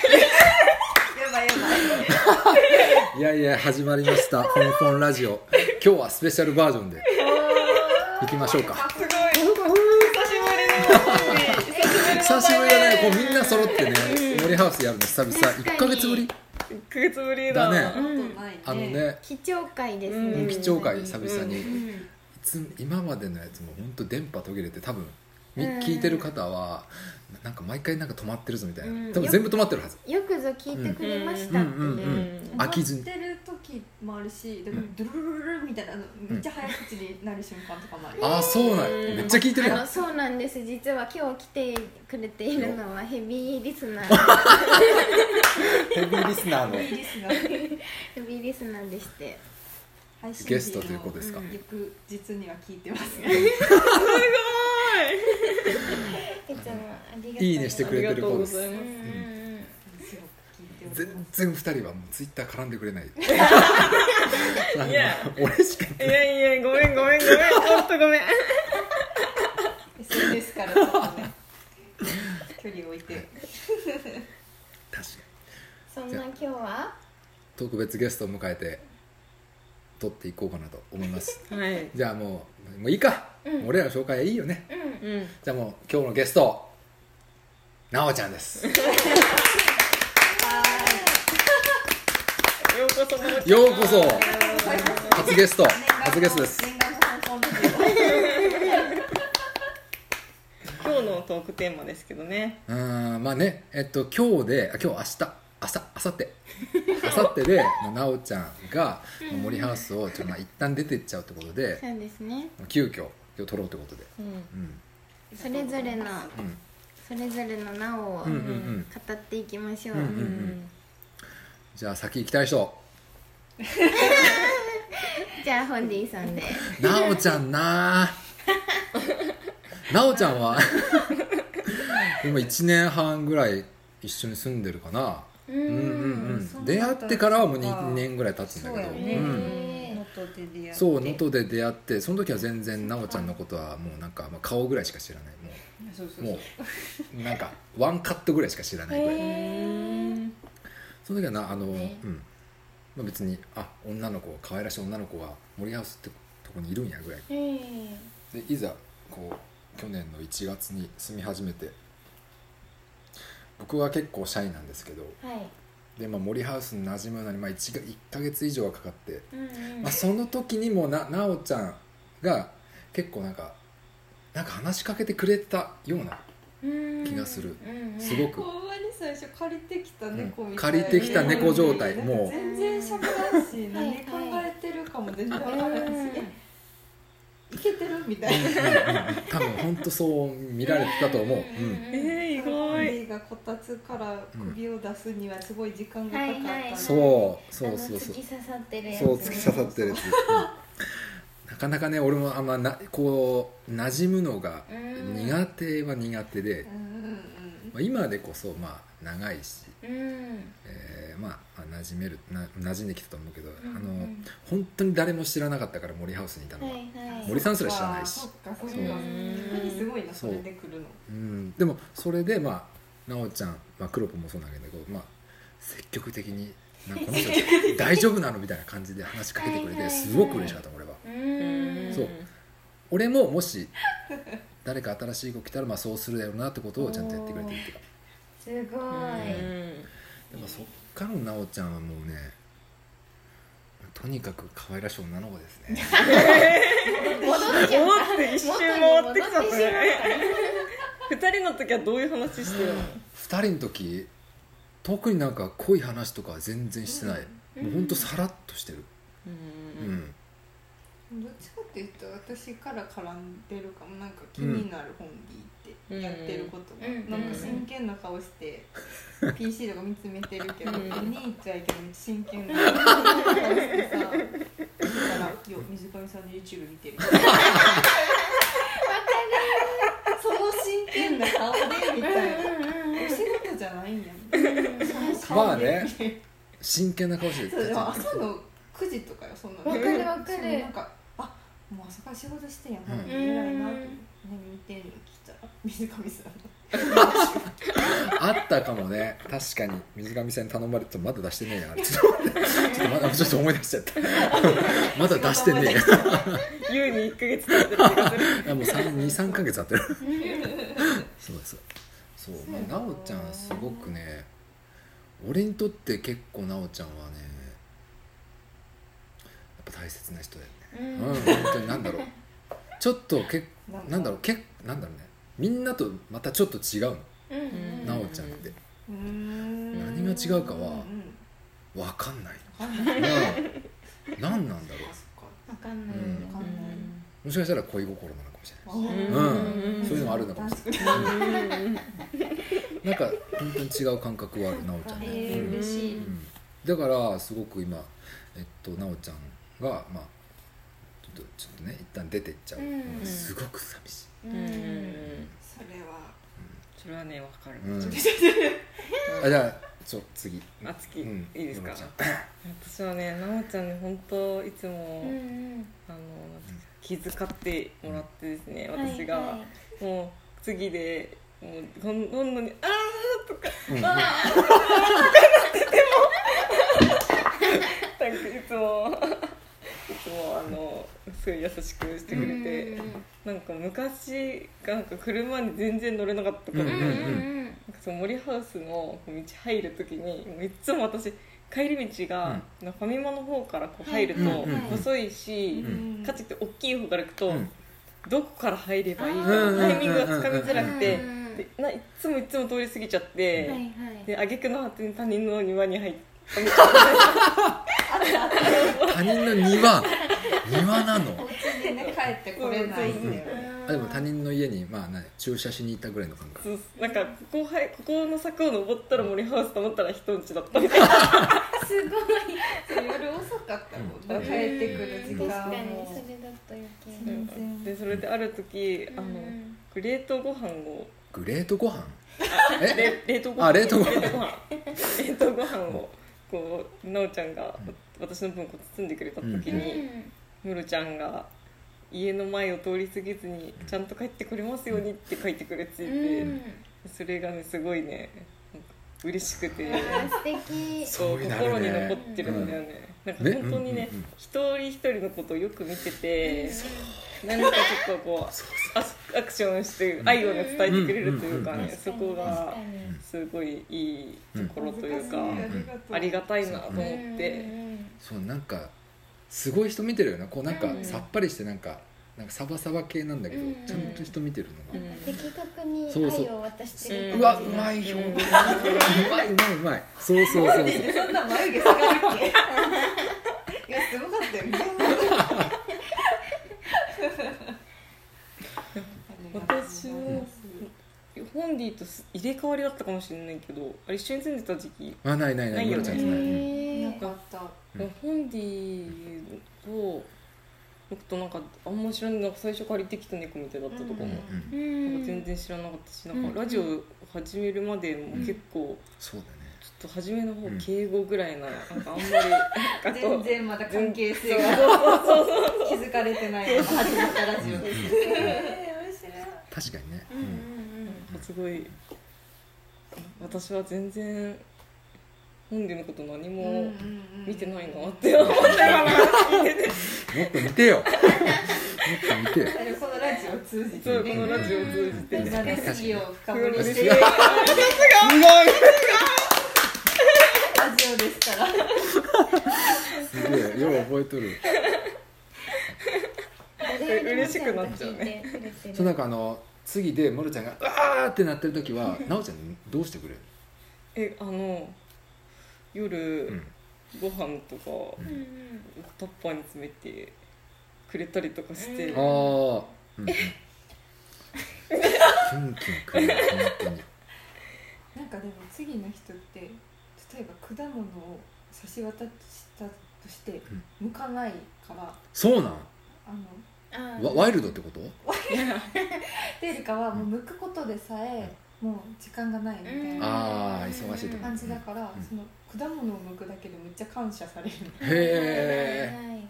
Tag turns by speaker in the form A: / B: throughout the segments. A: やばいやばい
B: いやいや始まりました「香港ラジオ」今日はスペシャルバージョンで行きましょうか
C: すごい久しぶりの
B: 久しぶりだねこうみんな揃ってね森ハウスやるの久々
D: 確か
B: 1
D: に
B: ヶ月ぶり
C: 1ヶ月ぶりだ
B: だね
D: うん
A: ない
B: あのね
D: 貴重会です
C: う
D: ね
C: ん
B: 基調会久
D: に
B: 々に、
A: う
B: い
A: ん
B: つ今までのやつも本当電波途切れて多分み聞いてる方はなんか毎回なんか止まってるぞみたい
D: うん
B: な多分全部止まってるはず
D: よくぞ聞いてくれました
B: うんう
D: ってね、
B: んうんうん飽きずに
A: 歌ってる時もあるしだからドゥルルルルルみたいなあのめっちゃ早口になる瞬間とかもある
B: ああそうなんやめっちゃ聞いてる
D: あ
B: や
D: の
B: ん
D: そうなんです実は今日来てくれているのはヘビーリス ナー
B: ヘビーリスナ
A: いい
B: ー
A: ですね
D: ヘビーリスナーでして
A: 配信日の
B: ゲストということですか
A: ん翌日には聞いて ますね
D: いつもありが
B: のいいねしてくれてる子です
C: ありがとうございます
A: すごく聞いております
B: 全然2人はもうツイッター絡んでくれないあの
C: いや
B: 俺しか
C: いやいやごめんごめんごめん本当ごめん
A: SNS からちょっとね距離を置いて
B: 確かに
D: そんな今日は
B: 特別ゲストを迎えて撮っていこうかなと思います
C: はい
B: じゃあもうもういいか、
D: うん
B: 俺らの紹介はいいよね
D: うん
C: うん
B: じゃあもう今日のゲストなおちゃんです
C: ようこそも
B: ようこそ
A: はい
B: 初ゲスト
A: 念願 の
B: 初ゲストです
A: 念願の本本ですよ
C: 今日のトークテーマですけどね
B: うーんまあねえっと今日であ今日明日明日明後日明後日 でまあなおちゃんがまあ森ハウスをちょっとまあ一旦出てっちゃうってことで
D: そうですね
B: 急遽今日撮ろうってことで
C: うん
B: うん
D: それぞれの
B: うん
D: それぞれのなおを
B: うんうんう
D: 語
B: ん
D: っていきましょう、
B: うんうんじゃあ先行きたい人
D: じゃあホンディさんで
B: なおちゃんなあなおちゃんは今1年半ぐらい一緒に住んでるかな
D: う
B: うんうん
A: そううんなん
B: 出会
A: だ
B: ってからはもう2年ぐらい経つんだけど
A: そううやね
B: ん
A: 能登で出会っ
B: そ
A: て
B: う能登、で出会ってその時は全然なおちゃんのことはもうなんかまあ顔ぐらいしか知らない
A: そうそうそう
B: もう もうなんかワンカットぐらいしか知らないぐらい
C: うん
B: その時はなあの、
D: ね
B: うん、まあ、別にあ女の子可愛らしい女の子が森ハウスってとこにいるんやぐらいでいざこう去年の1月に住み始めて僕は結構シャイなんですけど
D: はい
B: で、まあ、森ハウスに馴染むのに、まあ、1, が1ヶ月以上はかかって、
D: うんうん
B: まあ、その時にもななおちゃんが結構なんかなんか話しかけてくれたような気がする
D: うんうん
B: すごく、
A: ほんまに最初借りてきた猫みたい
B: 借
A: な、
B: りてきた猫状態もう
A: 全然しゃべらんし
D: はい
A: 何考えてるかも全然わからないしえいけてるみた
B: うん
A: い
B: うん
A: な
B: うん多分本当そう見られてたと思う、うん、
C: えー、意外
A: 目がこたつから首を出すにはすごい時間がかかった
D: はいはい
B: そうそうそうそう
D: あの突き刺さってるやつ
B: そう突き刺さってるやつ、なかなかね俺もあんまなこう馴染むのが
D: うん
B: 苦手は苦手で
A: う、んうんうん
B: まあ、今でこそまあ長いし、
D: うん
B: えーまあまあ馴染めるな馴染んできたと思うけど、
D: うん
B: あ
D: う
B: の
D: ん
B: 本当に誰も知らなかったから森ハウスにいたの
D: は
B: は、
D: いはい
B: 森さんすら知らないし
A: そっかそっかそ
B: そう
A: っか
C: うん
A: すごいなそれで来るの
B: うん、でもそれでまあ奈緒ちゃん、まあ、クロポもそうなんだけど、まあ、積極的に「なんかこの人大丈夫なの?」みたいな感じで話しかけてくれ
D: はいはいは
B: て
D: い
B: すごく嬉しかった俺は。
D: う
C: うん
D: ん
B: そう俺ももし誰か新しい子来たらまあそうするだろうなってことをちゃんとやってくれてるっていうか
D: すご
B: う
D: い
C: ん
B: でもそっからの奈緒ちゃんはもうねとにかく可愛らしい女の子です ね
D: 戻っちゃう
C: 戻って一周回ってきちゃったね二人の時はどういう話してるの
B: 二人の時特になんか濃い話とかは全然してない、
D: うん
B: もうほんとさらっとしてるうん、
A: どっちかっていうと私から絡んでるかもなんか気になる本ディってやってることが、
D: うん
A: なんか真剣な顔して PC とか見つめてるけど
C: うん
A: 見に行っちゃいけど真剣な顔してさだから「よ水上さんの YouTube 見てる」その真剣な顔でみたいなお仕事じゃないんやんその顔
B: ま
A: で
B: あ真剣な顔して
A: そうで
B: る
A: も朝の9時とかよそんなの
D: わかるわかる
A: そうなんかあもう朝から仕事してんやん、
B: うん
A: 偉いなと思って何見てんの聞いたら水上さんの
B: あっったかもね確かに水上さんに頼まれてまだ出してねえやあ れちょっとちょっとまだちょっと思い出しちゃった まだ出してね
C: 優に1ヶ月経ってる気がする
B: えやもう23ヶ月経ってるそうですそうまあ奈緒ちゃんすごくね俺にとって結構奈緒ちゃんはねやっぱ大切な人だよね
D: う
B: うんん本当になんだろうちょっとけなんだろうけなんだろうねみんなとまたちょっと違うの
D: うん
B: 奈緒ちゃんって
A: うーん
B: 何が違うかは
A: ん
B: 分かんない
A: わかんな
B: う
A: い
B: ん何なんだろ
A: そっか
D: わかんない、
B: うん
A: わかんない
B: うんもしかしたら恋心なのかもしれ
A: あ
B: ない
A: ー
B: うんそういうのもあるのかもし
A: 確かに
B: なんか本当に違う感覚はある奈緒ちゃんね、
D: えー、
B: うん
D: 嬉しい、
B: うんだからすごく今えっと奈緒ちゃんがまあちょっとちょっとね一旦出てっちゃう、
D: うん
B: すごく寂しい、
C: うんうん
A: それは
C: それはねわかる
B: うん
C: うん
B: あじゃあちょ次
C: あつき
B: うん
C: いいですか
B: 奈緒ちゃん
C: 私はね奈緒ちゃんね本当いつも、
D: うん
C: あの気遣ってもらってですね
D: うん
C: 私が、
D: はいはい
C: もう次でもうほんほんのに「あー」とか
B: う
C: 「
B: ん
C: あー」とかなってても なんかいつもいつもあのすごい優しくしてくれて
D: うん
C: なんか昔なんか車に全然乗れなかったから、
B: うん
D: うん
B: うん
C: なんかその森ハウスの道入る時にもういっつも私帰り道が、なんかファミマの方からこう入ると
B: はいはいはい
C: 細いし、
B: ん
C: かといって大きい方から行くと、
B: うん
C: どこから入ればいいか
B: うん
C: のタイミングがつかみづらくて、
D: うんうんうん
C: でないっつもいっつも通り過ぎちゃっ
D: うん
C: て、
D: はいはい
C: で挙句の果てに他人の庭に入って。
B: 他人の庭庭なの
A: でね帰ってこれないんだよね
B: あでも他人の家にまあ何駐車しに行ったぐらいの感覚
C: そうなんかここはいここの柵を登ったら森ハウスと思ったら人んちだったみたいな
D: すごい
A: そう夜遅かったも
C: うん
A: ん帰ってくる時間
D: 確かにそ
A: も
D: れだと余計
A: 全然
C: でそれである時あの
D: うん
C: 冷凍ご飯を
B: グレートご飯え
C: れ冷凍ご飯
B: あ冷凍ご飯
C: 冷凍ご飯冷凍ご飯をこう奈緒ちゃんが私の分をこう包んでくれた時
D: う
C: に
D: ん
C: ムロちゃんが家の前を通り過ぎずにちゃんと帰ってこれますようにって書いてくれていて
D: うん
C: それがねすごいねなんか嬉しくて
D: あ素敵
B: そうな
C: 心
B: るね
C: に残ってるんだよね、なんか本当にね
B: ねうんうんうん
C: 一人一人のことをよく見てて、何かちょっとこうアスアクションして愛をね伝えてくれるというか
B: うんうん
C: ね、そこが
D: 確かに
C: すごいいいところというか、
A: 難しい
C: ありが
A: と
C: たいなと思っ
D: う
C: て、
D: ん
B: そうなんかすごい人見てるよなこうなんか
C: うん
B: さっぱりしてなんかなんかサバサバ系なんだけど、
D: うん
B: ちゃんと人見てる
C: う
B: のが、
C: ん
D: うん的確に
B: そうそう
D: 愛を渡してる
B: う
C: うん
B: わうまい表現うまいうまいうまいそうそうそうそう
A: うそんな眉毛下がるっけいやすごかったよみんな
C: 私もホンディと入れ替わりだったかもしれないけどあれ一緒に住んでた時期
B: あないないな
C: ないい
B: ム
C: よ
B: ロ
C: ね
B: ちゃんじゃない、うん
D: へ
A: よ
D: ー
A: かった
B: うん
C: ホンディを僕となんかあんま知らないなんか最初借りてきた猫みたいだったとかも、
A: うん
B: うん
D: う
C: なん
D: ん
C: か全然知らなかったし、
D: うん
C: なんかラジオ始めるまでも結構、
B: そうだね
C: ちょっと初めの方
B: うん敬
C: 敬語ぐらいな,、なんかあんまり
A: 全然まだ関係性が気づかれてないのが始まったラジオです
B: 確かにね、
D: うんうんうん
C: すごい私は全然本人のこと何も見てないなって思ったから
B: うんもっと見てよ もっと見てよ
A: このラジオを通じて
C: そうこのラ ジオを通じて
A: みんなで好きを深掘り
C: 嬉
A: し
C: してい
A: るラ
B: す
A: ジオですから
B: ごいすげえよう覚えとる
C: 嬉しくなっちゃうね
D: ね
B: そうなんかあの次でムロちゃんが「うわー!」ってなってる時は奈緒ちゃんどうしてくれる
C: えあの夜、
B: うん
C: ご飯とか
D: うんうん
C: タッパーに詰めてくれたりとかして、
D: うん
B: ああ、うんうん、キュンキュンくるよ本当に
A: なんかでも次の人って例えば果物を差し渡したとして向かないから
B: そうなん
A: あの
D: あー
B: ワワイルドってこと
A: っていうよりかはもう向くことでさえもう時間がないみたい
D: うん
A: な
B: ああ忙しいってこと
A: 感じだから
B: うん
A: その果物を向くだけでめっちゃ感謝される
B: へえ
D: はいはい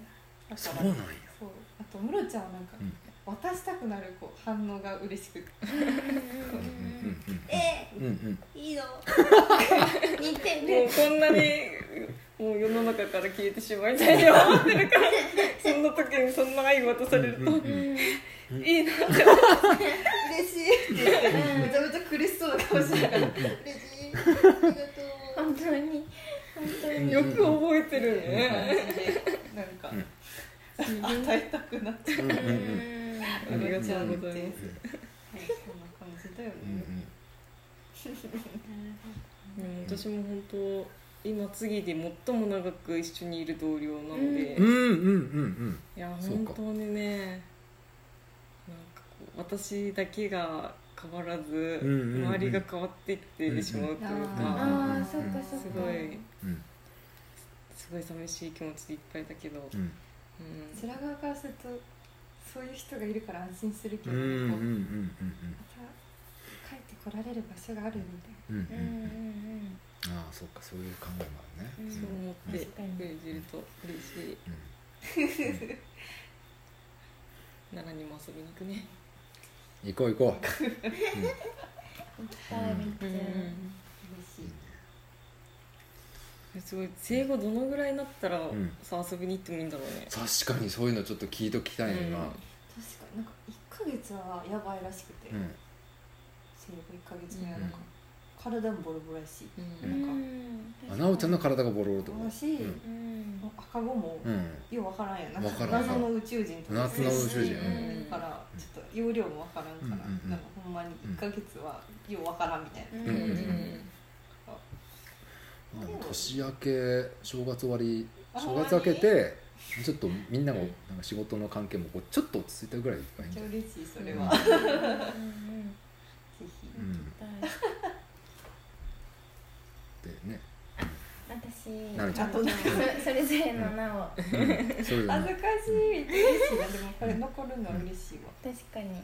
A: だ
B: そ
A: か
B: う
A: ら
B: なんや
A: そうあとムロちゃんはなんか
B: うん
A: 渡したくなるこう反応が嬉しくて
D: うんうんうんうん
B: うんうんうん
D: え
B: うんうん
D: い いの似て
C: もう
D: る
C: こんなにもう世の中から消えてしまいたいと思ってるからそんな時にそんな愛渡されると、
B: うんうん
D: うん
C: いいなって
A: 嬉しいって言ってめちゃめちゃ苦しそうな顔してた嬉しいありがとう
D: 本当に本当に
C: よく覚えてるね、
A: なんか
B: うん
A: 与えたくなっちゃう
B: うんうんうん
C: ありがとうござい
A: はい
C: ま
A: そんな感じだよ
B: うん
A: ね
C: すでも私も本当今次で最も長く一緒にいる同僚なので、
B: うんう
C: い
B: んうん
C: や
B: そう
C: 本
B: か
C: 当にねなんかこう私だけが変わらず、
B: うんうんうん
C: 周りが変わっていってしまうというか、
B: うんうん
D: ああそっかそっか
C: すごい
B: うんうん
C: すごい寂しい気持ちでいっぱいだけど、
B: うん
A: こ
C: う
A: ちら側からするとそういう人がいるから安心するけ
B: う
A: ど、
B: んうんうん
A: こうま
B: うん
A: た帰ってこられる場所があるみたい
B: うんうんうん
D: う
B: うんんうん
D: うん
B: ああそうかそういう考えもあるね
D: うん
C: ん、そう思って
D: 確かに
C: くれてると嬉しい
B: うん
C: 奈良にも遊びに行くね
B: 行こう行こ
D: 行きたいめっちゃ
A: な嬉しい、
C: すごい生後どのぐらいになったら、
B: ん
C: さ遊びに行ってもいいんだろうね
B: う確かにそういうのちょっと聞いときたいな
A: 確かになんか一ヶ月はやばいらしくて、
B: うん
A: 生後1ヶ月目はなんか、体もボロボロやし
C: う、
D: うんん
B: あなおちゃんの体がボロボロってこ
A: だし、
B: うん
D: うん
A: もう赤子も、
B: とうん
A: ようわからんやな
B: わからん
A: 謎の宇宙人とか
B: 謎の宇宙人
D: うん
A: だからちょっと容量もわからんから、
B: うんうんうん
A: なんかほんまに1ヶ月はようわからんみたいな、
D: うん
B: うんうん
A: うん
B: まあ年明け正月終わり
A: あ
B: 正月明けてちょっとみんなもなんか仕事の関係もこうちょっと落ち着いたぐらいがいいん
A: めっ
B: じゃない
A: ちゃ嬉しいそれは、
B: うん
A: ぜ
D: うん
A: ひ
B: う
D: うん行き
B: ん
D: たい
B: でね
D: 私
B: なるちゃん
D: そそれぞれの名を
B: うんそういうの
A: 恥
B: ね
A: ずかしい嬉しいなでもこれ残るのは嬉しいわ
D: 確かに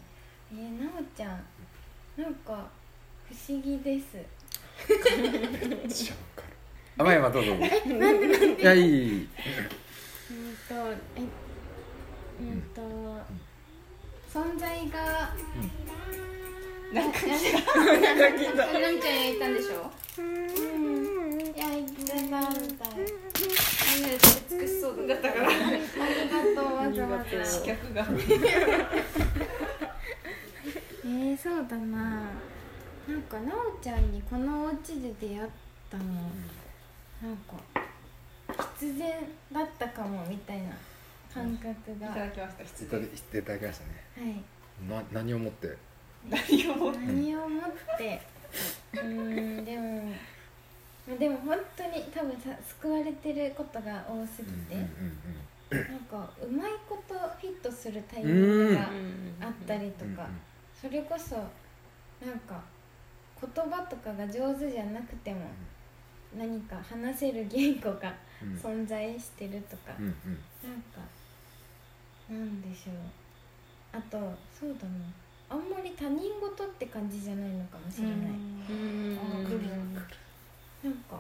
D: えー、なおちゃんなんか不思議です
B: めっちゃわかるあまあまあどうぞいやいい
D: うんとえうんと、存在が、な
A: なんか
D: んか聞いたのんちゃん焼いたんでしょうん焼いたなみたい
A: 美しそうだったから
D: ありがとうわざわざ
A: 視覚が
D: えー、そうだななんかなおちゃんにこのお家で出会ったのなんか必然だったかもみたいな感覚
A: い
D: が、
A: た
D: は
A: だきました
B: い
A: 失
B: ただ
A: 礼
B: いただきましたね
D: い
B: な何をもって
A: 何をも
D: 何をもってうーんでもでも本当に多分さ救われてることが多すぎて、なんかうまいことフィットするタイミングがあったりとか、それこそなんか言葉とかが上手じゃなくても何か話せる言語が
B: う
D: 存在してるとか、
B: んうん
D: なんかなんでしょうあとそうだなあんまり他人事って感じじゃないのかもしれない、
C: うん
A: あー来る
D: なんか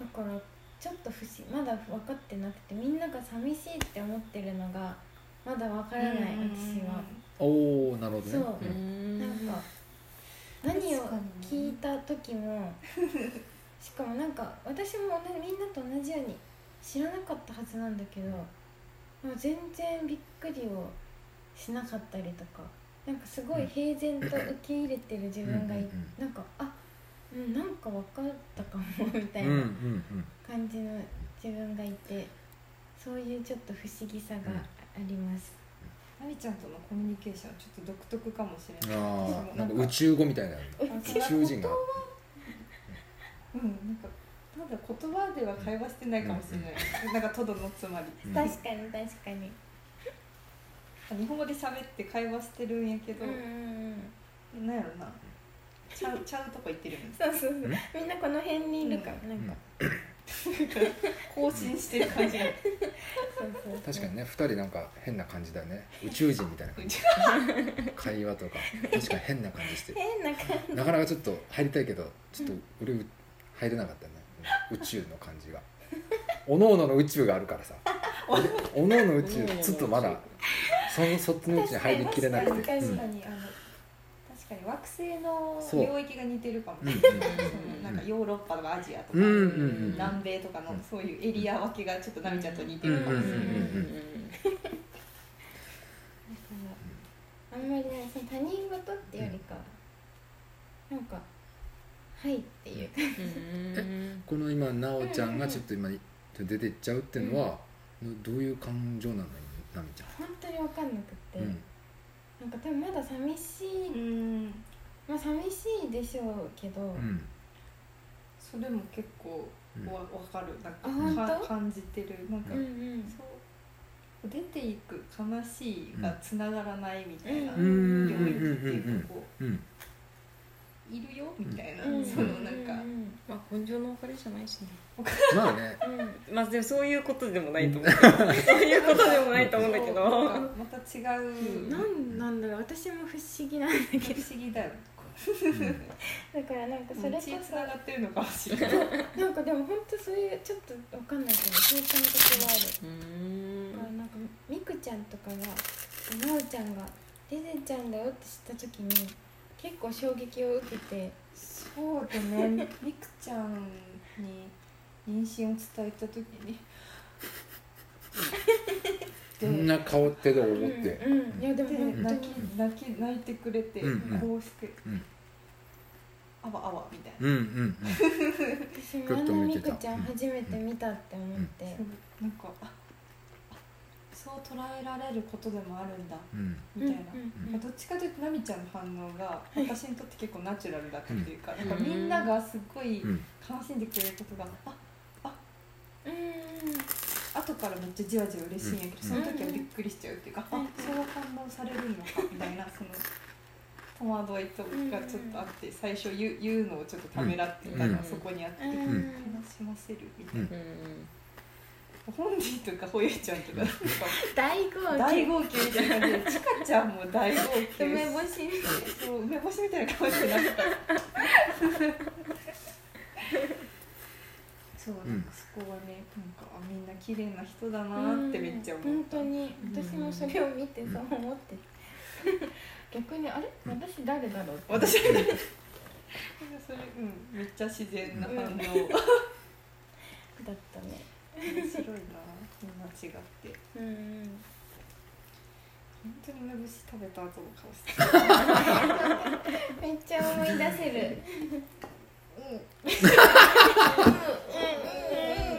D: だからちょっと不思まだ分かってなくてみんなが寂しいって思ってるのがまだ分からない私は、
B: おおなるほどね
D: そう
B: うん
D: なんか何を聞いた時 もしかもなんか私も同じみんなと同じように知らなかったはずなんだけど、もう全然びっくりをしなかったりとかなんかすごい平然と受け入れてる自分がい、
B: うんうん
D: なんかあうんなんか分かったかもみた
B: う
D: い
B: ん
D: な
B: うんうん
D: 感じの自分がいてそういうちょっと不思議さがあります。
A: なみちゃんとのコミュニケーションはちょっと独特かもしれない
B: ああなんか宇宙語みたいな宇宙人が
A: うんなんかまだ言葉では会話してないかもしれないなんかとどのつまり
B: うん
D: 確かに確かに、
A: 日本語で喋って会話してるんやけど、
D: うんうんうん
A: なんやろなちゃうちゃうとこ行ってるよね
D: そうそうそう
B: うん
D: みんなこの辺にいるから、なんか、
A: 更新してる感じが
D: そうそうそう
B: 確かにね2人なんか変な感じだよね宇宙人みたいな 感じ会話とか確かに変な感じしてる
D: 変な感
B: なかなかちょっと入りたいけどちょっと俺う入れなかったね宇宙の感じがおのおのの宇宙があるからさおのおの宇宙ちょっとまだそのそっちのうちに入りきれなく
A: 確か
B: て
A: に
B: うん
A: 確かに、あの確かに惑星の
B: そう
A: 領域が似てるかも
B: うんうん
A: そのなんかヨーロッパとかアジアとか、
B: うんうんうん
C: うん
A: 南米とかのそういうエリア分けがちょっとナミちゃんと似て
C: う
A: る
C: ん
A: か
C: う
A: も
C: ん
A: しれない、
B: うんうん
D: あんまりねその他人事っていうよりかはなんか「はい」っていう感
C: うん
B: この今奈緒ちゃんがちょっと今出てっちゃうっていうのは、どういう感情なのよなみちゃ
D: 本当に分かんなくって、
B: ん、うん
D: なんか多分まだ寂しい、
A: うん
D: まあ寂しいでしょうけど、
B: うん
A: それも結構
B: うん
A: わ分かる
D: あ
A: な
D: 本
A: ん
D: 当
A: かか感じてるなんか、
D: うんうん
A: そう出ていく悲しいがつながらないみたいな
D: う
A: 領
D: ん
A: 域っていうかこ
B: うん
A: ういるよみたいな、
D: うん
A: そのなんか、
D: うん
C: まあ根性の別れじゃないしね
B: まあね
D: うんうん
C: まあでもそういうことでもないと思うそういうことでもないと思うんだけど
A: そうなんかまた違う、
D: な
A: 不
D: んなんだろう私も不思議なんだ けど
A: 思議だよ
D: だからなんかそれこ
A: 血つながってるのかもしれない
D: そなんかでも本当そういうちょっと分かんないけどそういう感覚がある
C: うん
D: だからなんかみくちゃんとかがなおちゃんが出てっちゃうんだよって知った時に結構衝撃を受けて
A: そうだねみくちゃんに妊娠を伝えた時 に
B: こんな顔ってどう
D: うん
B: 思って、
D: うん、いやでも
A: で
D: 本当
A: 泣き
D: に
A: 泣き泣いてくれて、
B: うんうん
A: こうして、
B: うん
A: あわあわみたい
B: うん、うんうん
D: 私もあのみくちゃん初めて見たって思っ
A: な、
D: て
A: なんかああそう捉えられることでもあるんだ
B: うんうん
A: みたいな、
D: うんうん
A: まあどっちかというと奈美ちゃんの反応が私にとって結構ナチュラルだったというか,、
C: うん
A: なんかみんながすごい
B: うん
A: 楽しんでくれることがあ
D: うん
A: 後からめっちゃじわじわ嬉しいんやけど、
B: うん
A: その時はびっくりしちゃうっていうか、
D: うん
A: あそう反応されるのかみたいな その戸惑いとかがちょっとあって最初言う言うのをちょっとためらってたのが
C: うん
A: そこにあって、
D: うん
A: 悲
B: ん
A: しませるみたいな、
B: うん
C: うん
A: 本人とかほゆちゃんとかなんか
D: 大号泣
A: 大号泣みたいな感じでちかちゃんも大号泣し
D: 梅干し
A: そう梅干しみたいな顔してなかったそうなんかそこはねなんかあみんな綺麗な人だなってめっちゃ思
D: 本
A: った
D: 当に
C: うん
D: 私もそれを見てそう思って逆にあれ
B: うん
D: 私誰だろうって
A: 私それうんめっちゃ自然な反応
D: うん
A: 面白い
D: だったね
A: なみんな違って
D: うん
A: 本当に梅干し食べた後の顔してた
D: めっちゃ思い出せる
A: うんう
D: うん
A: んっ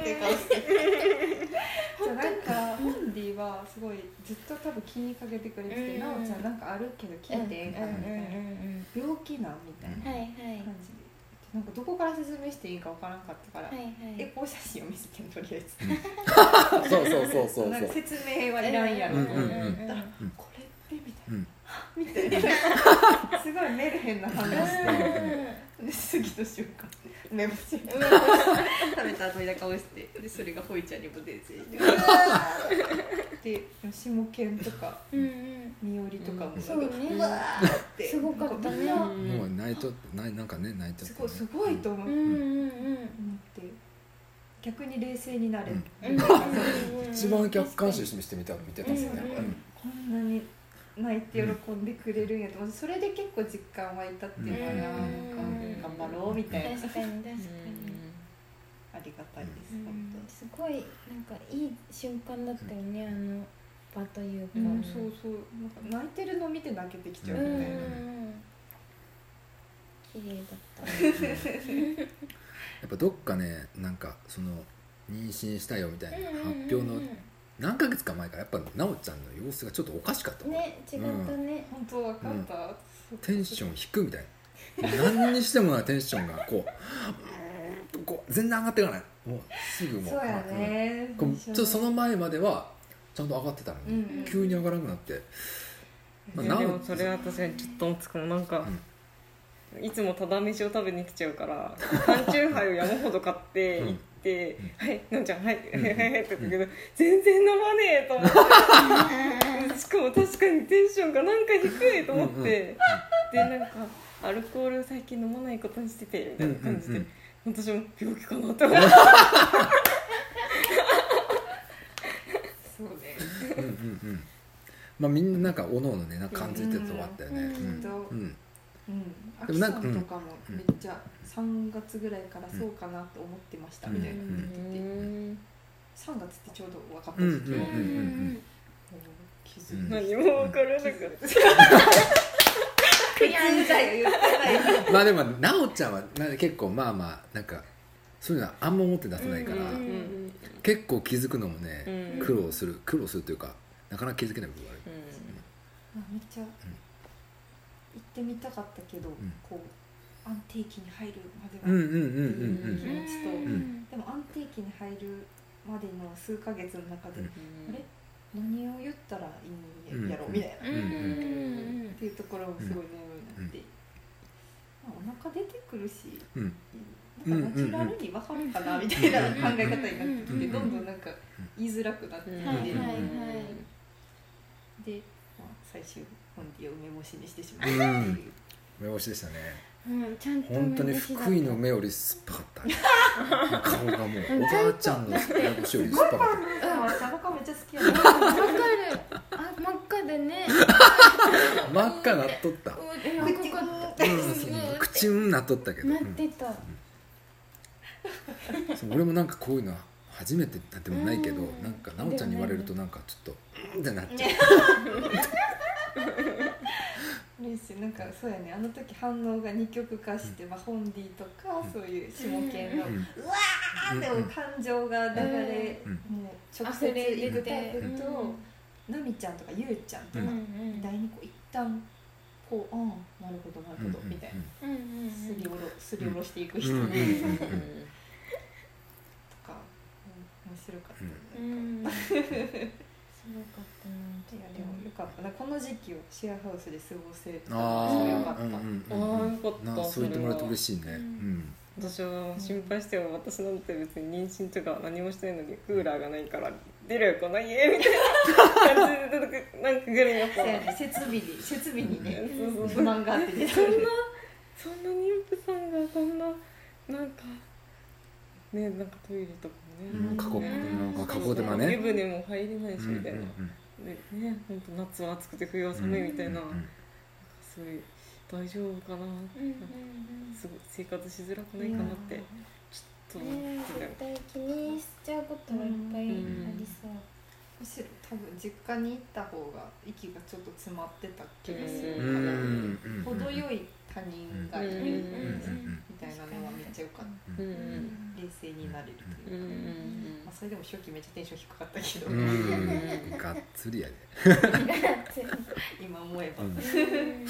A: て顔してたじゃあなんかホンディはすごいずっと多分気にかけてくれ
D: う
A: てて
D: ん
A: 奈緒、ちゃんなんかあるけど聞いてええかなみたいな、病気なんみたいな
D: はいはい
A: 感じでなんかどこから説明していいかわからんかったから、
D: はいはい
A: エコー写真を見せてんとりあえず
B: そうそうそうそう
A: なん
B: そ
A: か説明はいらんやろ、
B: うん
D: うんうん
B: うん
A: これってみたい
B: うう
A: な
B: ん
A: みたいなすごいメルヘンな話で杉としようか梅干し食べた後に顔してでそれがほいちゃんにも出てで下犬とか
D: うんうん
A: 身寄りとかもなんか
D: そうね
A: うわーって
D: すごかったね
A: なんか
C: う
A: みんなん
B: もう泣いとないなんかね泣いちゃ
A: す
B: った
A: ご
B: ね
A: いすごいと思っ
D: うんう
A: て
D: ん
A: 逆に冷静になれる、
D: うんうん
B: 一番客観視して見て見てたんですよね
D: うん
A: こんなに泣いて喜んでくれるんやと思ってそれで結構実感湧いたっていうかな,、
D: うん
A: なんか頑張ろうみたいな、
D: 確かに確かに
A: ありがたいです、
D: うん
A: 本当
D: すごいなんかいい瞬間だったよねあの場というか
A: う
D: うんん
A: そうそうなんか泣いてるの見て泣けてきちゃう
D: うんう
A: みたいな、
D: ん綺麗だった
B: やっぱどっかねなんかその妊娠したよみたいな発表の何ヶ月か前からやっぱ奈緒ちゃんの様子がちょっとおかしかったもん
D: ね違ったね
A: 本当わかった、
B: テンション低いみたいな何にしてもないテンションがこううーんこう全然上がっていかないもうすぐもう
A: そうやね、
B: うんこうちょっとその前まではちゃんと上がってたの
A: う
B: に、
A: ん
B: 急に上がらなくなって、
C: い
B: まあ
C: や
B: な
C: で
B: お
C: もそれは確かにちょっと思つかもなんか、いつもただ飯を食べに来ちゃうから缶チューハイを山ほど買って行って「はいのんちゃんはいはいはいはい」って言ったけど全然飲まねえと思ってし かも確かにテンションがなんか低いと思って、
B: うんうん
C: でなんかアルコール最近飲まないことにしててみたいな感じで、
B: うん
C: 私も病気かなって思って
A: そうね
B: うんうんうんまあみんななんかおのおのねなんか感じてるとこあったよね、
D: うん
B: うん
A: 本当、
B: うん
A: うん、あ
B: でも
A: き
B: なん
A: さ
B: か
A: んとかもめっちゃ3月ぐらいからそうかなと思ってましたみたいなこと言ってて、
C: うん
A: 3月ってちょうど分かった
B: うんうん
A: 時
B: うん
A: 期、
B: うんうん
A: 気づい た、
C: 何も分からなかった
D: 悔やんじゃ
A: 言ってない
B: まあでも奈緒ちゃんはなんか結構まあまあなんかそういうのはあんま思って出さないから、
C: うんうん
B: 結構気づくのも
C: うん
B: ね、苦労する苦労するというかなかなか気づけない部分がある
A: まあめっちゃ行ってみたかったけど、
B: ん
A: こう安定期に入るま
B: う
A: で
B: んうん
A: は、
B: うんうん
A: 気持ちと、
B: ん
A: でも安定期に入るまでの数ヶ月の中で、
B: うん
A: あれ何を言ったらいいんやろう
B: うん
A: みたいな、
B: うんうん
A: っ
D: ん
A: ていうところもすごい悩みになって、まあ、お腹出てくるし
B: うんうん
A: なんかナチュラルに分かるかなみたいな
B: うん
A: 考え方になって
B: うん
A: きてどんどんなんか言いづらくなってきて、
C: うん
D: はいはいは
B: うん
D: い
A: で、まあ、最終本で梅干しにしてしまったっていう。
B: 梅干しでしたね
D: うんちゃんと
B: 本当に福井の梅より酸っぱかった顔がもうおばあちゃんの梅干しより酸っぱかっ
A: あ、タバコめっちゃ好きやな。
D: わかるあ真っ赤でね
B: た真っ赤なっとった
D: え赤かった
B: うんそう口うんなっとったけど、
D: な
B: う
D: っ
B: ん
D: てた
B: そう俺もなんかこういうのは初めてなんてもないけど、
D: うん
B: なんか奈緒ちゃんに言われるとなんかちょっとうんってなっちゃう、
A: 嬉しいなんかそうやねあの時反応が二極化して、まあ、ホンディとかそういう下犬の、
B: うん
A: あーでも感情が流れ、
B: うん
A: もう直接行くタイプと、
D: うん
A: ナミちゃんとかゆうちゃんと
D: う
A: か、
D: んう
A: 第
D: ん
A: 二個一旦こうああなるほどなるほど、みたいな
D: うんうん
A: すりおろすりおろしていく人
B: うん
A: と
B: うん
A: か、
B: うんうんうん
A: うん面白かった、ね
D: う
A: なんか
D: んすごかった
A: いやでもよかったなこの時期をシェアハウスで過ごせる
B: あ
A: それよかっ
B: あ、
A: た、
B: うんうん
C: あ
B: うんうん
C: ーよかっ
B: な
C: た
B: そう言ってもらうと嬉
C: しい
B: しいね、う
D: うん
B: ん
C: 私は心配しても私なんて別に妊娠とか何もしてないのにクーラーがないから出るこの家みたいな感じでなんかぐらいやっ
A: そ
C: た
A: うやね設備に設備にね
C: そうそう
A: 不満があってね
C: そんなそんな妊婦さんがそんななんかねなんかトイレとか
B: う
C: もね、
B: ん、過去なんか過去でも
C: 湯
B: ね
C: 船も入れないし
B: うんう
C: み
B: ん
C: たいな、でね本当夏は暑くて冬は
B: うん
C: 寒いみたいな、
B: うんうん
C: すごい大丈夫かな
D: うん
C: すごい生活しづらくないかなってちょっと
D: うんうん
C: 思
D: ね
C: ってたよ
D: 絶対気にしちゃうことがいっぱいありそう
A: むしろ多分実家に行った方が息がちょっと詰まってた気がする
B: う
A: か
B: ん
A: ら、
B: うんうん
A: 程よい他人がいる、
C: うん
B: うんうん
A: みたいなのはめっちゃよかった
C: うん
A: 冷静になれると
C: うんう
A: いうか、
C: ん
A: まあ、それでも初期めっちゃテンション低かったけど、
B: うんうんうんがっつりやで、
A: 今思えば、
B: うん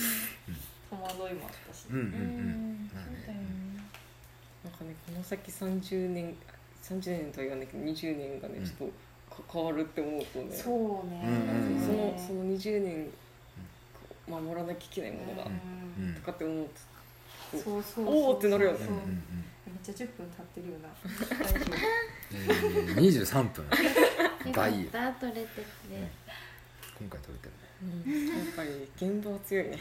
A: 戸
D: う
A: 惑いもあったし、
B: うんうんうん
D: うんんそうだよね
C: なんかねこの先30年30年とは言わないけど20年がね
B: うん
C: ちょっとか変わるって思うとね
A: そう
C: う
A: ね、
B: うん
C: そのその20年こう守らなきゃいけないものが
B: うんうん
C: とかって思う
A: うんそうそうそう
C: おーってなるよね
A: そう
B: うんうん
A: めっちゃ10分経ってるような大丈夫
B: うんうん23分
D: よか
B: 倍
D: った取れてて
B: 今回撮れてるね
C: と、うん、やっぱり現場は強いね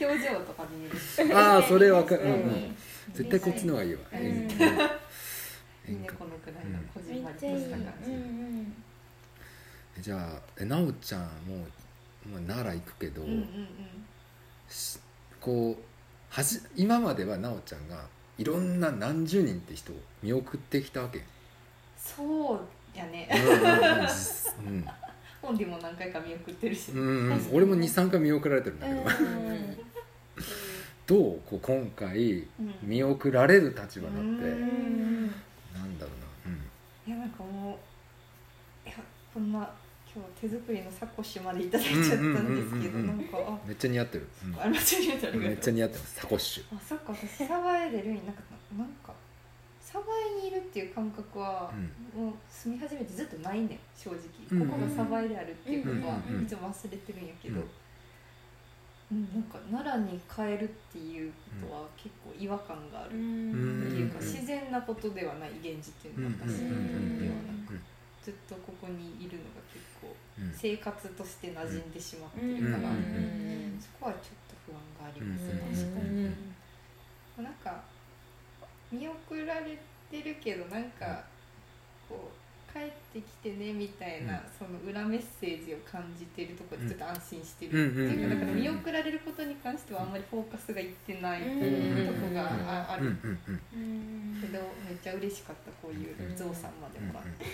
A: 表情とか見えるし
B: ああそれわかる、うん
C: う
B: うん、絶対こっちの方がいいわ、
D: うん
B: 演歌
A: いい
B: 演
A: ね
B: 歌
A: このくらいのこじ
D: め
A: ん
D: っ
A: まりと
D: ちゃいい
A: した感じ、
D: うん
B: えじゃあえなおちゃんもう、まあ、奈良行くけど、
A: うんうんうん
B: しこうはじ今まではなおちゃんがいろんな何十人って人を見送ってきたわけ、
A: そうやね
B: うん
A: 本人も何回か見送ってるし、
B: うんうんうん、俺も23回見送られてるんだ
D: う
B: け
D: ん
B: ど、
D: うん
B: どうこう今回
A: うん
B: 見送られる立場になって、
A: うん
D: うん
B: なんだろうな、うん、
A: いやなんかもういやこんな今日手作りのサコッシュまでいただいちゃったんですけ
B: う
A: ど
B: んうんうんうんうん
A: なんかあ
B: めっちゃ似合ってる、うん
A: あれ間違えたありが
B: めっち
A: と
B: ゃ
A: う
B: 似合ってますサコッシュ
A: あそっか私鯖江でるになんかったなんか鯖江にいるっていう感覚は、もう住み始めてずっとないねん正直、
B: うん
A: ここが鯖江であるっていうことは
B: うん
A: いつも忘れてるんやけど、
B: うん
A: うんなんか奈良に帰るっていうことは結構違和感がある
D: うん
A: っていうか、
B: うん
A: 自然なことではない現実っていうのが私
B: うんうんうん
A: にとってはなん
B: う
A: か
B: ん
A: ずっとここにいるのが結構
B: うん
A: 生活として馴染んでしまってる
B: ん
A: か
B: う
A: ら、
D: ん
A: そこはちょっと不安がありますね、
B: うん
A: 確かに、
C: うん
A: なんか見送られてるけどなんかこう帰ってきてねみたいな、
B: うん
A: その裏メッセージを感じてるところでちょっと安心して
B: う
A: る、
B: んうん
A: っていうかだから
D: うん
A: 見送られることに関してはあんまりフォーカスがいってない
D: うん
A: とこがああ
B: うんう
A: る
B: んうん
D: うん
A: けどめっちゃ嬉しかったこういうゾウさんまでもらって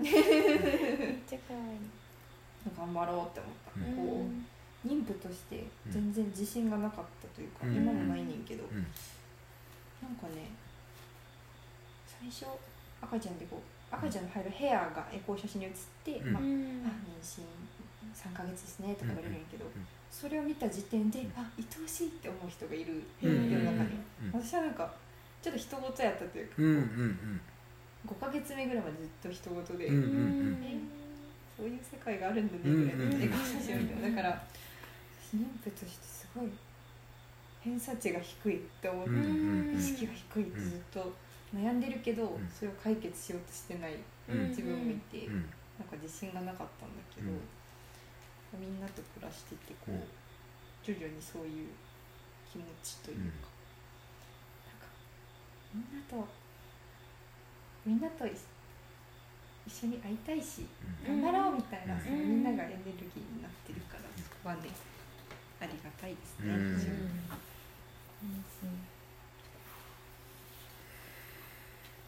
D: めっちゃ可愛い
A: 頑張ろうって思った、こう妊婦として全然自信がなかったというか、
B: うん
A: 今もないねんけど、
B: うん
A: なんかね最初赤ちゃんでこう赤ちゃんの入るヘアがエコー写真に写って、
B: うん
A: あ
D: うん
A: あ妊娠3ヶ月ですねとか言われるんやけど、
B: ん
A: それを見た時点で、
B: うん
A: あ愛おしいって思う人がいる
C: う
A: 世
C: ん
A: の中に
B: う
A: は、
B: ん
A: 私はなんかちょっと人事やったというか、
B: うんうん
A: 5ヶ月目ぐらいまでずっと人事で、
B: うん
D: うんうん
A: そういう世界があるんだねぐらいのエコー写真を見て、
D: うん
A: だから私妊婦としてすごい偏差値が低いって思って
B: うんうんうん
A: 意識が低いってずっと悩んでるけど、
B: ん
A: それを解決しようとしてない
B: うん
A: 自分もいて、
B: うん
A: なんか自信がなかったんだけど、
B: うん
A: みんなと暮らしててこう、
B: うん
A: 徐々にそういう気持ちというか、なんかみんなとみんなと一一緒に会いたいし
D: うん
A: 頑張ろうみたいな、
B: うん
A: そのみんながエネルギーになってるから、そこはねありがたいですね。
B: うん
A: 非常に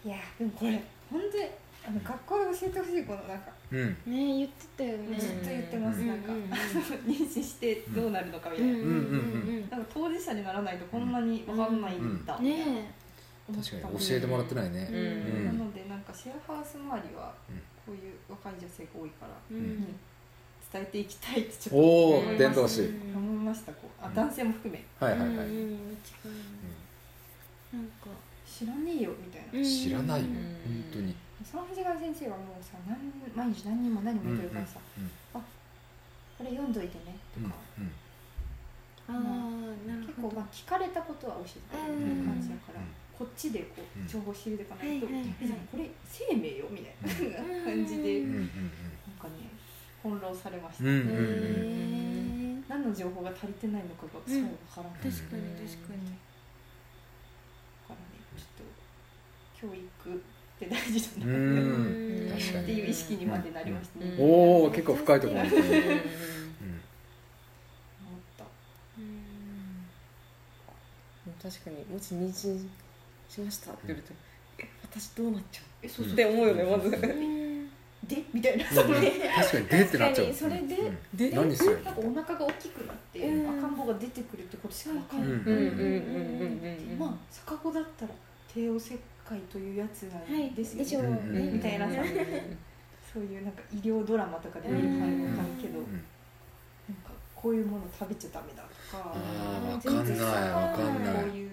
A: いやでもこれ本当にあの学校で教えてほしいこのなんか
B: うん
D: ね言ってたよね
A: ずっと言ってます、
D: うん
A: なんか、
D: うん
A: 妊娠してどうなるのかみたいな、なんか当事者にならないとこんなに分かんないんだ、
D: ね
B: 確かに教えてもらってないね
C: うん
A: なのでなんかシェアハウス周りは
B: うん
A: こういう若い女性が多いから、
D: え
B: ん
A: 伝えていきたいってちょっと
B: お
A: 思い
B: お
A: ました
B: 伝道師
A: 思いましたこうあ
B: うん
A: 男性も含め
B: はいはいは
D: う
B: い
D: んうん間違いないなんか
A: 知らねえよみたい
D: う
A: な、
D: ん
B: 知らないよ
C: うん
B: 本当に
A: その藤川先生はもうさ何毎日何人も何人もいてるからさ、これ読んどいてねとか、
D: ああなる
A: 結
D: ほ
A: 構
D: ど
A: まあ聞かれたことは教えてくれるっていう感じだから、
B: うん
A: こっちでこ
B: うん
A: う情報仕入れていかないと、
D: はいはいはい
A: えじゃあこれ生命よみたいな感じで、
D: う
B: うんうん
A: なんかね翻弄されました、
B: うんうんうんうん
D: へえ
A: 何の情報が足りてないのかがそうわからない、
D: 確かに確かに
A: からねちょっと教育って大事だな
B: うん
D: うん
B: 確か
A: っ
B: に
A: ていう意識にまでなりましたね、
C: うん
A: 思
B: おお結構深いところに行ったねうん
A: った
D: うん
C: 確かにもし妊娠しましたって言われて、え私どうなっちゃ
A: えそう
C: う
A: そう
C: っ
A: で
C: て思うよねまず
A: みたいな、
B: うん確かに出ってなっちゃう
D: 確かにそれで
B: うん
C: で
B: 何する
A: なんかお腹が大きくなって、
D: うん
A: 赤ん坊が出てくるってことしかわかん
B: う
A: ない、
B: ん
C: うんうんうん
B: うん
C: うんうん
A: まあ逆子だったら帝王切開というやつなんですよ
D: でしょ
A: ね、
D: う
B: うんうん
D: ね
A: みたいな
C: うん
A: さそういうなんか医療ドラマとかで見る感じわかるけど、
D: う
B: うん
A: なんかこういうもの食べちゃダメだとか、
B: あーわか
D: 全
B: んない
D: 然
B: わかん
D: ー
B: な
A: こう
B: い
A: いう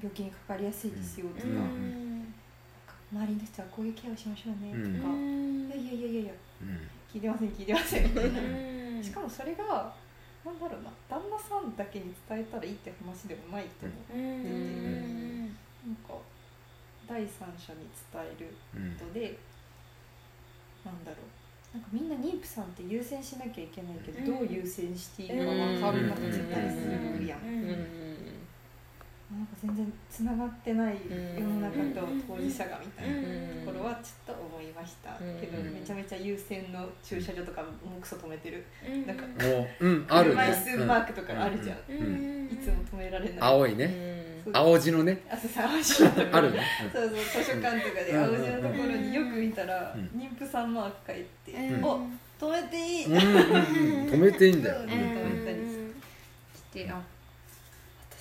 A: 病気にかかりやすいですよとか、
B: うん
A: なんか周りの人はこういうケアをしましょうねとか、
B: うん
A: いやいやいやいやいや
B: うん
A: 聞いてません聞いてませんみたいな
D: うん
A: しかもそれがなんだろうな旦那さんだけに伝えたらいいって話でもないと思
D: う
A: う、
D: ん
A: なんか第三者に伝える
B: うん
A: ことでなんだろうなんかみんな妊婦さんって優先しなきゃいけないけど、
D: うん
A: どう優先していいか分かんなくなったりするやん、
D: うん
A: なんか全然つながってない世の中と当事者がみたいな
C: うん
A: ところはちょっと思いました
C: うん
A: けどめちゃめちゃ優先の駐車場とかもうクソ止めてる
D: うん
A: なんか
B: おうんあるね
A: 車椅子マークとかあるじゃん
D: う
B: うんんうん
D: うん
A: いつも止められない
B: 青いね
C: ね
A: そう
B: 青字のね
A: あそうさ青白とか
B: あるね
A: そうそう図書館とかで
B: うん
A: 青字のところによく見たら
B: うん
A: 妊婦さんマーク書いて
D: うん
A: お止めていい
B: うんうんうん止めていいんだよ
A: う
B: うんん
A: う
B: うんん
A: 来てあ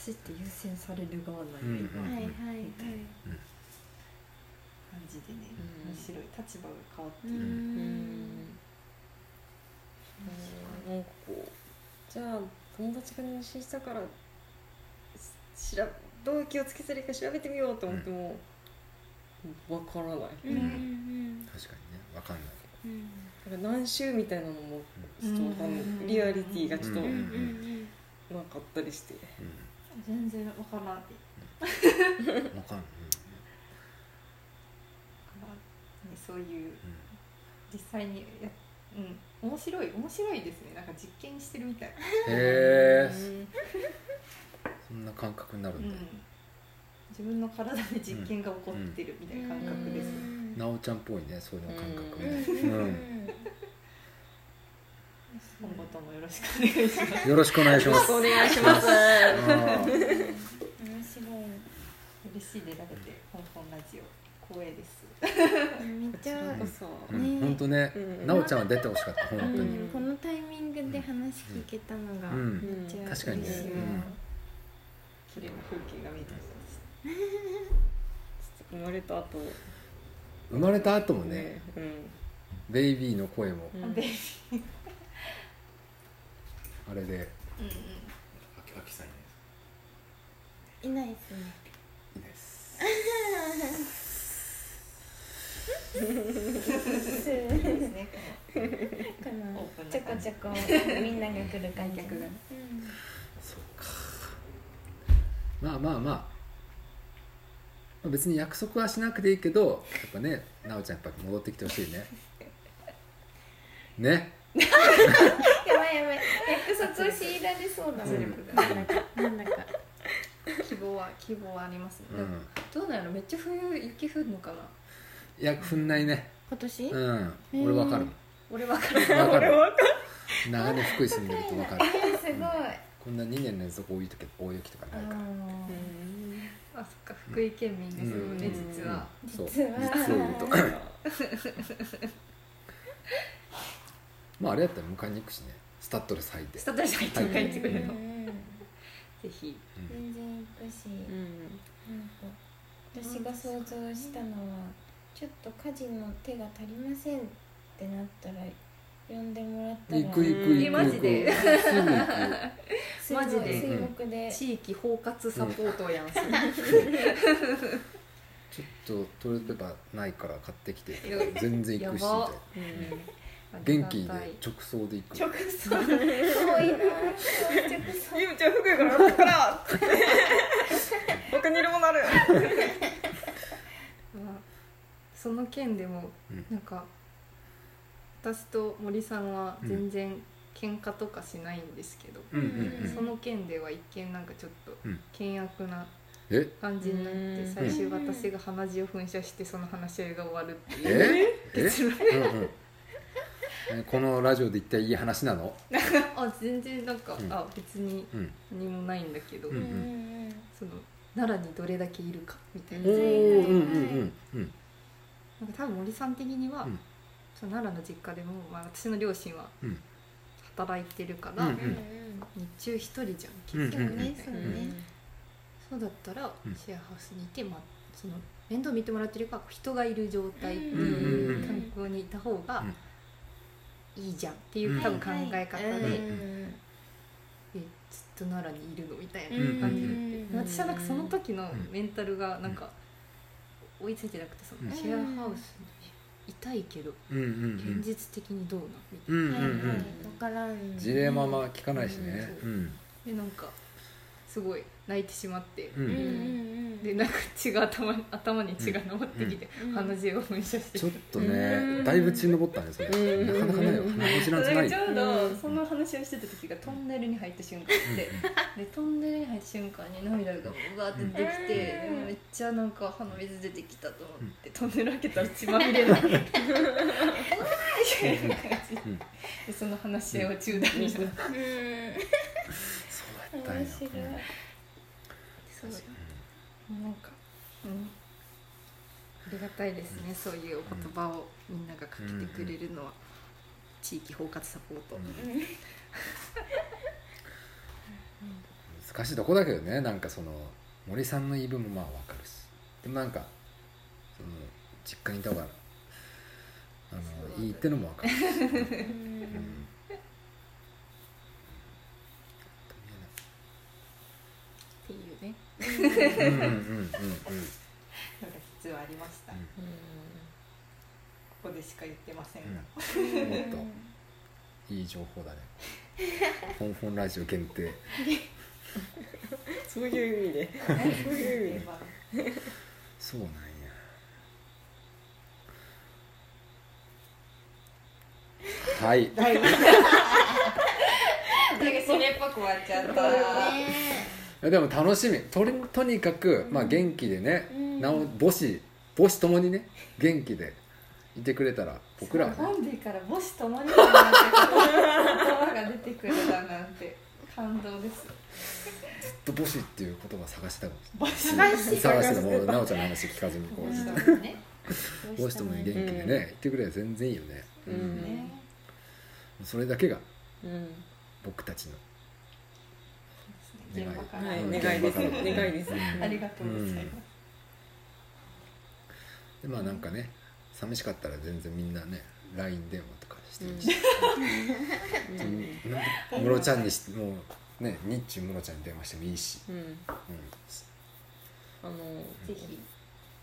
A: 私って優先される側なんや今
B: うんうん
D: はいはい
A: 感じでね
C: うん
A: 面白い立場が変わって
D: はいうん
C: なんかこうじゃあ友達が妊娠したからしらどう気をつけたらいいか調べてみようと思っても、わからないだか
D: うんうん
B: 確かにねわかんない
D: うん
C: ら何週みたいなのもちょっとわかんない、
A: うん
C: リアリティがちょっと
D: う
C: なん
D: うん
C: かったりして、
B: う
A: 全然わからない
B: んわかんない
A: から、ね、そういう
B: うんうん
A: 実際にやうん面白い面白いですねなんか実験してるみたい、
B: へえ
C: うん
B: そんな感覚になる
A: うん
B: だ
A: ん、自分の体で実験が起こってるみたいな感覚です、
D: うん
B: なおちゃんっぽいねそういうの感覚
D: うん
B: ね、
D: うん
B: う
E: 今後ともよろしくお願いします
B: よろしくお願いします
C: お願いし ます
B: あー
D: 面白
E: 嬉しい出られて香港ラジオ光栄です
D: いめっちゃ
C: こそ
B: うん本当ね
C: うん
B: なおちゃんは出てほしかった本当
D: う
B: に
D: んこのタイミングで話聞けたのが
B: う
D: めっ
B: ん
D: ちゃ嬉しい、
B: 確かにね
E: 綺麗な風景が見えてます
C: 生まれた後
B: 生まれた後もね
C: うん
B: ベイビーの声も
C: うん
E: あで
B: あれで
E: うんうん
B: あきあきさんいない
D: いないですね
B: いいです
E: い いです ね
D: この
E: オープンな
D: ちょこ
E: 感じ
D: ちょこみんなが来る観客が、
B: そうかまあまあまあまあ別に約束はしなくていいけどやっぱねなおちゃんやっぱ戻ってきてほしいねね
D: やばいやばい約束を強いられそうだもん、
B: うん
D: なんだかなんだか
E: 希望は希望はありますね、
B: うん
E: どうなのめっちゃ冬雪降るのかない
B: や踏んないね
D: 今年、
B: うん俺わかるもん
E: 俺わからない
B: わか
C: 俺
B: る
C: わかる
B: 長年福井住んでるとわかる
D: えーすごい、
B: こんな2年連続大雪とか大雪とかないから
D: あー
E: あそっか福井県民ですもんね、
B: うん
E: 実は、
B: そう
D: 実は
B: 実を言うと
D: う
B: まああれだったら迎えに行くしねスタッドレス履いて
E: スタッドレス入って迎えに行ってくれるの、
D: うんうんうん
E: ぜひ
B: うん
D: 全然行くし、
C: うん
D: なんか私が想像したのはちょっと家事の手が足りませんってなったら呼んでもらったら
B: 行く行く行
C: え
B: く
E: マ
B: 行
E: ジ
B: く
E: で
B: すぐ行
D: 水木
E: マジで
D: 水木で、
E: 地域包括サポートやん、それ
B: くちょっとトイレットペーパーないから買ってきて全然行くしみ
E: や
B: たい
E: ば
B: な元気 で直送で行く
E: 直送
D: 遠いな直送
C: ゆうちゃん福井から送ったから僕にいるもなる
A: はその件でも
B: うん
A: なんか私と森さんは全然喧嘩とかしないんですけど、
B: うんうん
D: うん
A: その件では一見なんかちょっと
B: うん
A: 険悪な
B: うんえ
A: 感じになっ
C: うん
A: て最終私が鼻血を噴射してその話し合いが終わるっていう
B: ええうんうんえこのラジオで一体いい話なの
A: あ全然なんか、
B: うん
A: あ別に
B: うん
A: 何もないんだけど、
B: う
D: うんんうん
A: その奈良にどれだけいるかみたいな
B: おおうんうんうんうん
A: なんか多分森さん的には、
B: うん
A: その奈良の実家でも、まあ、私の両親は
B: うん
A: 働いてるから、
B: うん
D: うん
A: 日中一人じゃん
B: うんうん
D: そうねそう
C: う
D: ね
C: ん
A: そうだったら
B: うん
A: シェアハウスにいて、まあ、その面倒見てもらってるから人がいる状態って
D: うん
B: うんう
A: い
B: ん
A: う環境にいた方がいいじゃんっていう、
B: うん
A: 多分考え方で、
D: は
B: う
D: い
B: ん
D: はい
A: えずっと奈良にいるのみたいな
D: うんうん
A: 感じで、
D: うん
A: 私はなんかその時の
B: うん
A: メンタルがなんか追いついてなくてその、
B: うん
A: シェアハウスにいたいけど
B: うんうんうん
A: 現実的にどうなみたい
B: うんうん
D: はいはい
B: うん
D: わからん
B: 事例もあんま聞かないしねうん
A: な、でなんかすごい泣いてしまって。
B: う
D: うんうん
B: ん
D: うん
A: でなんか血が頭に頭に血が上ってきて、
D: うん
A: 鼻血を噴射して
B: ちょっと
C: う
B: ね
C: ん
B: だいぶ血登ったねそれ
C: うん
B: なかなかないよ鼻血なんてな
E: なん
B: い
E: かち
B: よ
E: ょうど
C: うん
E: その話をしてた時がトンネルに入った瞬間で
A: でトンネルに入った瞬間に涙がうわーって出てきて、
D: うん
A: めっちゃなんか鼻水出てきたと思って、
E: トンネル開けたら血まみれになってうわーみたいな感じ
B: うん
E: でその話し合いを中断にした
D: うん
B: そうやったんや
D: 面白い
A: そうなんか、うん、ありがたいですね、そういうお言葉をみんながかけてくれるのは、地域包括サポート、
B: うん難しいとこだけどねなんかその森さんの言い分もまあわかるしでもなんかその実家にいた方があのいいってのもわかるし、
D: うん
B: うん
A: っていうね
B: うんうんうんうん
E: のが実はありました、
B: うん
E: ここでしか言ってませんが、
B: うんもっといい情報だね「本本ラジオ限定
C: そういう意味でそういう意味で
E: まあ」
B: そうなんやはい
E: だいぶなんかそれっぽく終わっちゃった
D: ね
B: いやでも楽しみとりとにかく、まあ、元気でね、
D: うん
B: なお母子母子ともにね元気でいてくれたら僕らは、ね、
A: ボンディから母子ともになんて言葉が出てくるだなんて感動です
B: ずっと母子っていう言葉探してたか
A: 母
B: もしれ
A: 子
B: な
A: が
B: い
C: 探してた
B: 探してたもう奈緒ちゃんの話聞かずにこう
A: 母子ともにね
B: 母子ともに元気でね、
C: うん
B: 言ってくれたら全然いいよね、
C: う
A: ね
C: ん
B: それだけが
C: うん
B: 僕たちの
A: そうですね現場か
C: は
A: ら
C: い
B: うん
C: 願いです
B: 現場から
C: 願いです
B: うん
A: ありがとうございます
B: でまあなんかね寂しかったら全然みんなね LINE 電話とかしてるし、うんムロちゃんにしもうね日中ムロちゃんに電話してもいいし、
C: うん
B: う
C: あの
D: ぜひ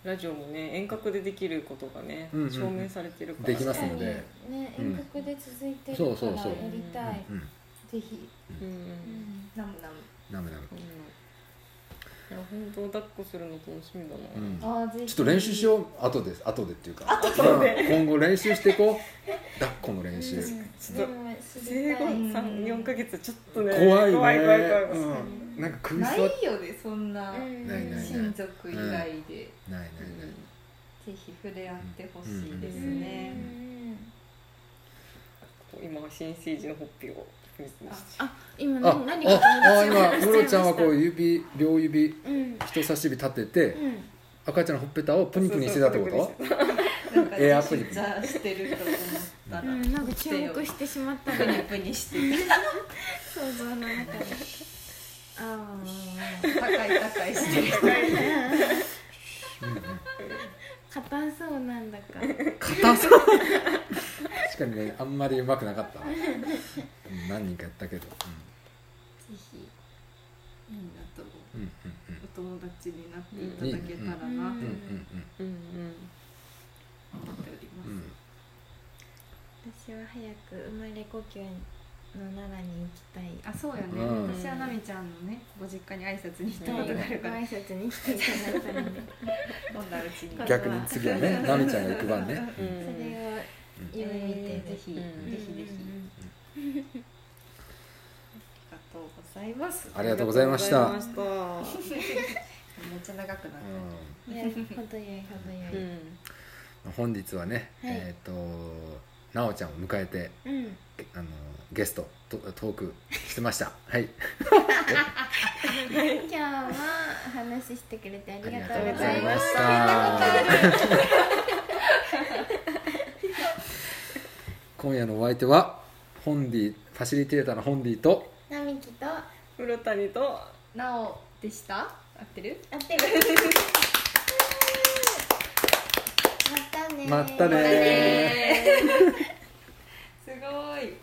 C: ラジオもね遠隔でできることがね、
B: うんうんうん
C: 証明されてるから
B: できます
D: 確か
B: の
D: に
B: で
D: ね
B: うん
D: 遠隔で続いてるか
B: そうそう
D: ら
B: そう
D: やりたい
B: んうん
A: ぜひ
C: うんうん
A: ナムナム
B: なむなむ
C: うんいや本当抱っこするの楽しみだな、
B: うんちょ
A: あーぜひ
B: っと練習し
A: う
B: よう後です後でっていうかうん今後練習していこう抱っこの練習
C: ちょっと生後
A: ん
C: 三四ヶ月ちょっとね
B: 怖いね
C: 怖い怖い怖い怖い、
B: うんなんか首
A: な
B: 座っ
A: いよねそんな
B: ないない
A: 親族以外で
B: ないないない
A: ぜひ触れ合ってほしいですね
C: 今は新生児のほっぺを見せまし
D: 今
B: あ
D: 何何が
B: ああ
D: 友達
B: 今
D: を
B: ムロちゃんはこう
D: う
B: 指両指
D: うん
B: 人差し指立てて、
D: うん
B: 赤ちゃんのほっぺたをプニプニしてたってこと
A: なんか
B: エアプリ
A: じゃあしてると思ったら
D: うん、なんか注目してしまった
A: プ
D: ら
A: ニプニしてて
D: 想像の中でああ
A: 高い高いしてる
D: 硬そうなんだか
B: 硬そう確かにねあんまりうまくなかったわうん何人かやったけど、
F: ぜひみんなと
B: うん、うん
F: お友達になっていただけたらな
B: うんうんう
C: うんうん
B: ん
F: と思っておりま
B: うんうん
D: 私は早く生まれ故郷の奈良に行きたい
F: す。あ、そうやね。
B: うん
F: 私はなみちゃんのね、ご実家に挨拶に行ったことがあるから
D: ご。挨拶に来ていただいたので
A: 飲んだうちに
D: うん
B: 逆に次はね奈美ちゃんが行く番ね
C: うんうん
D: それを夢見てぜひ、
C: うん
D: ぜひぜひ、
A: ありがとうございます。
B: ありがとうございました
C: ありがとうございまし
A: めっちゃ長くなる。
B: う
D: いや程よい程
C: たう
D: よい、
C: ん
B: ん本日はね、
D: はい
B: えっ、と奈緒ちゃんを迎えて
D: うん、
B: あのゲストとトークしてましたはい
D: 今日は話ししてくれてありがとうご
C: あ
D: ざ
C: り
D: い
C: がとうござ
D: ま
C: いま
D: し
C: した
D: た
B: 今夜のお相手はホンディファシリテーターのホンディと
D: なみきとあ
C: 古谷と
A: なおでした。合ってる？
D: ってる またね
B: まったね
A: すごい。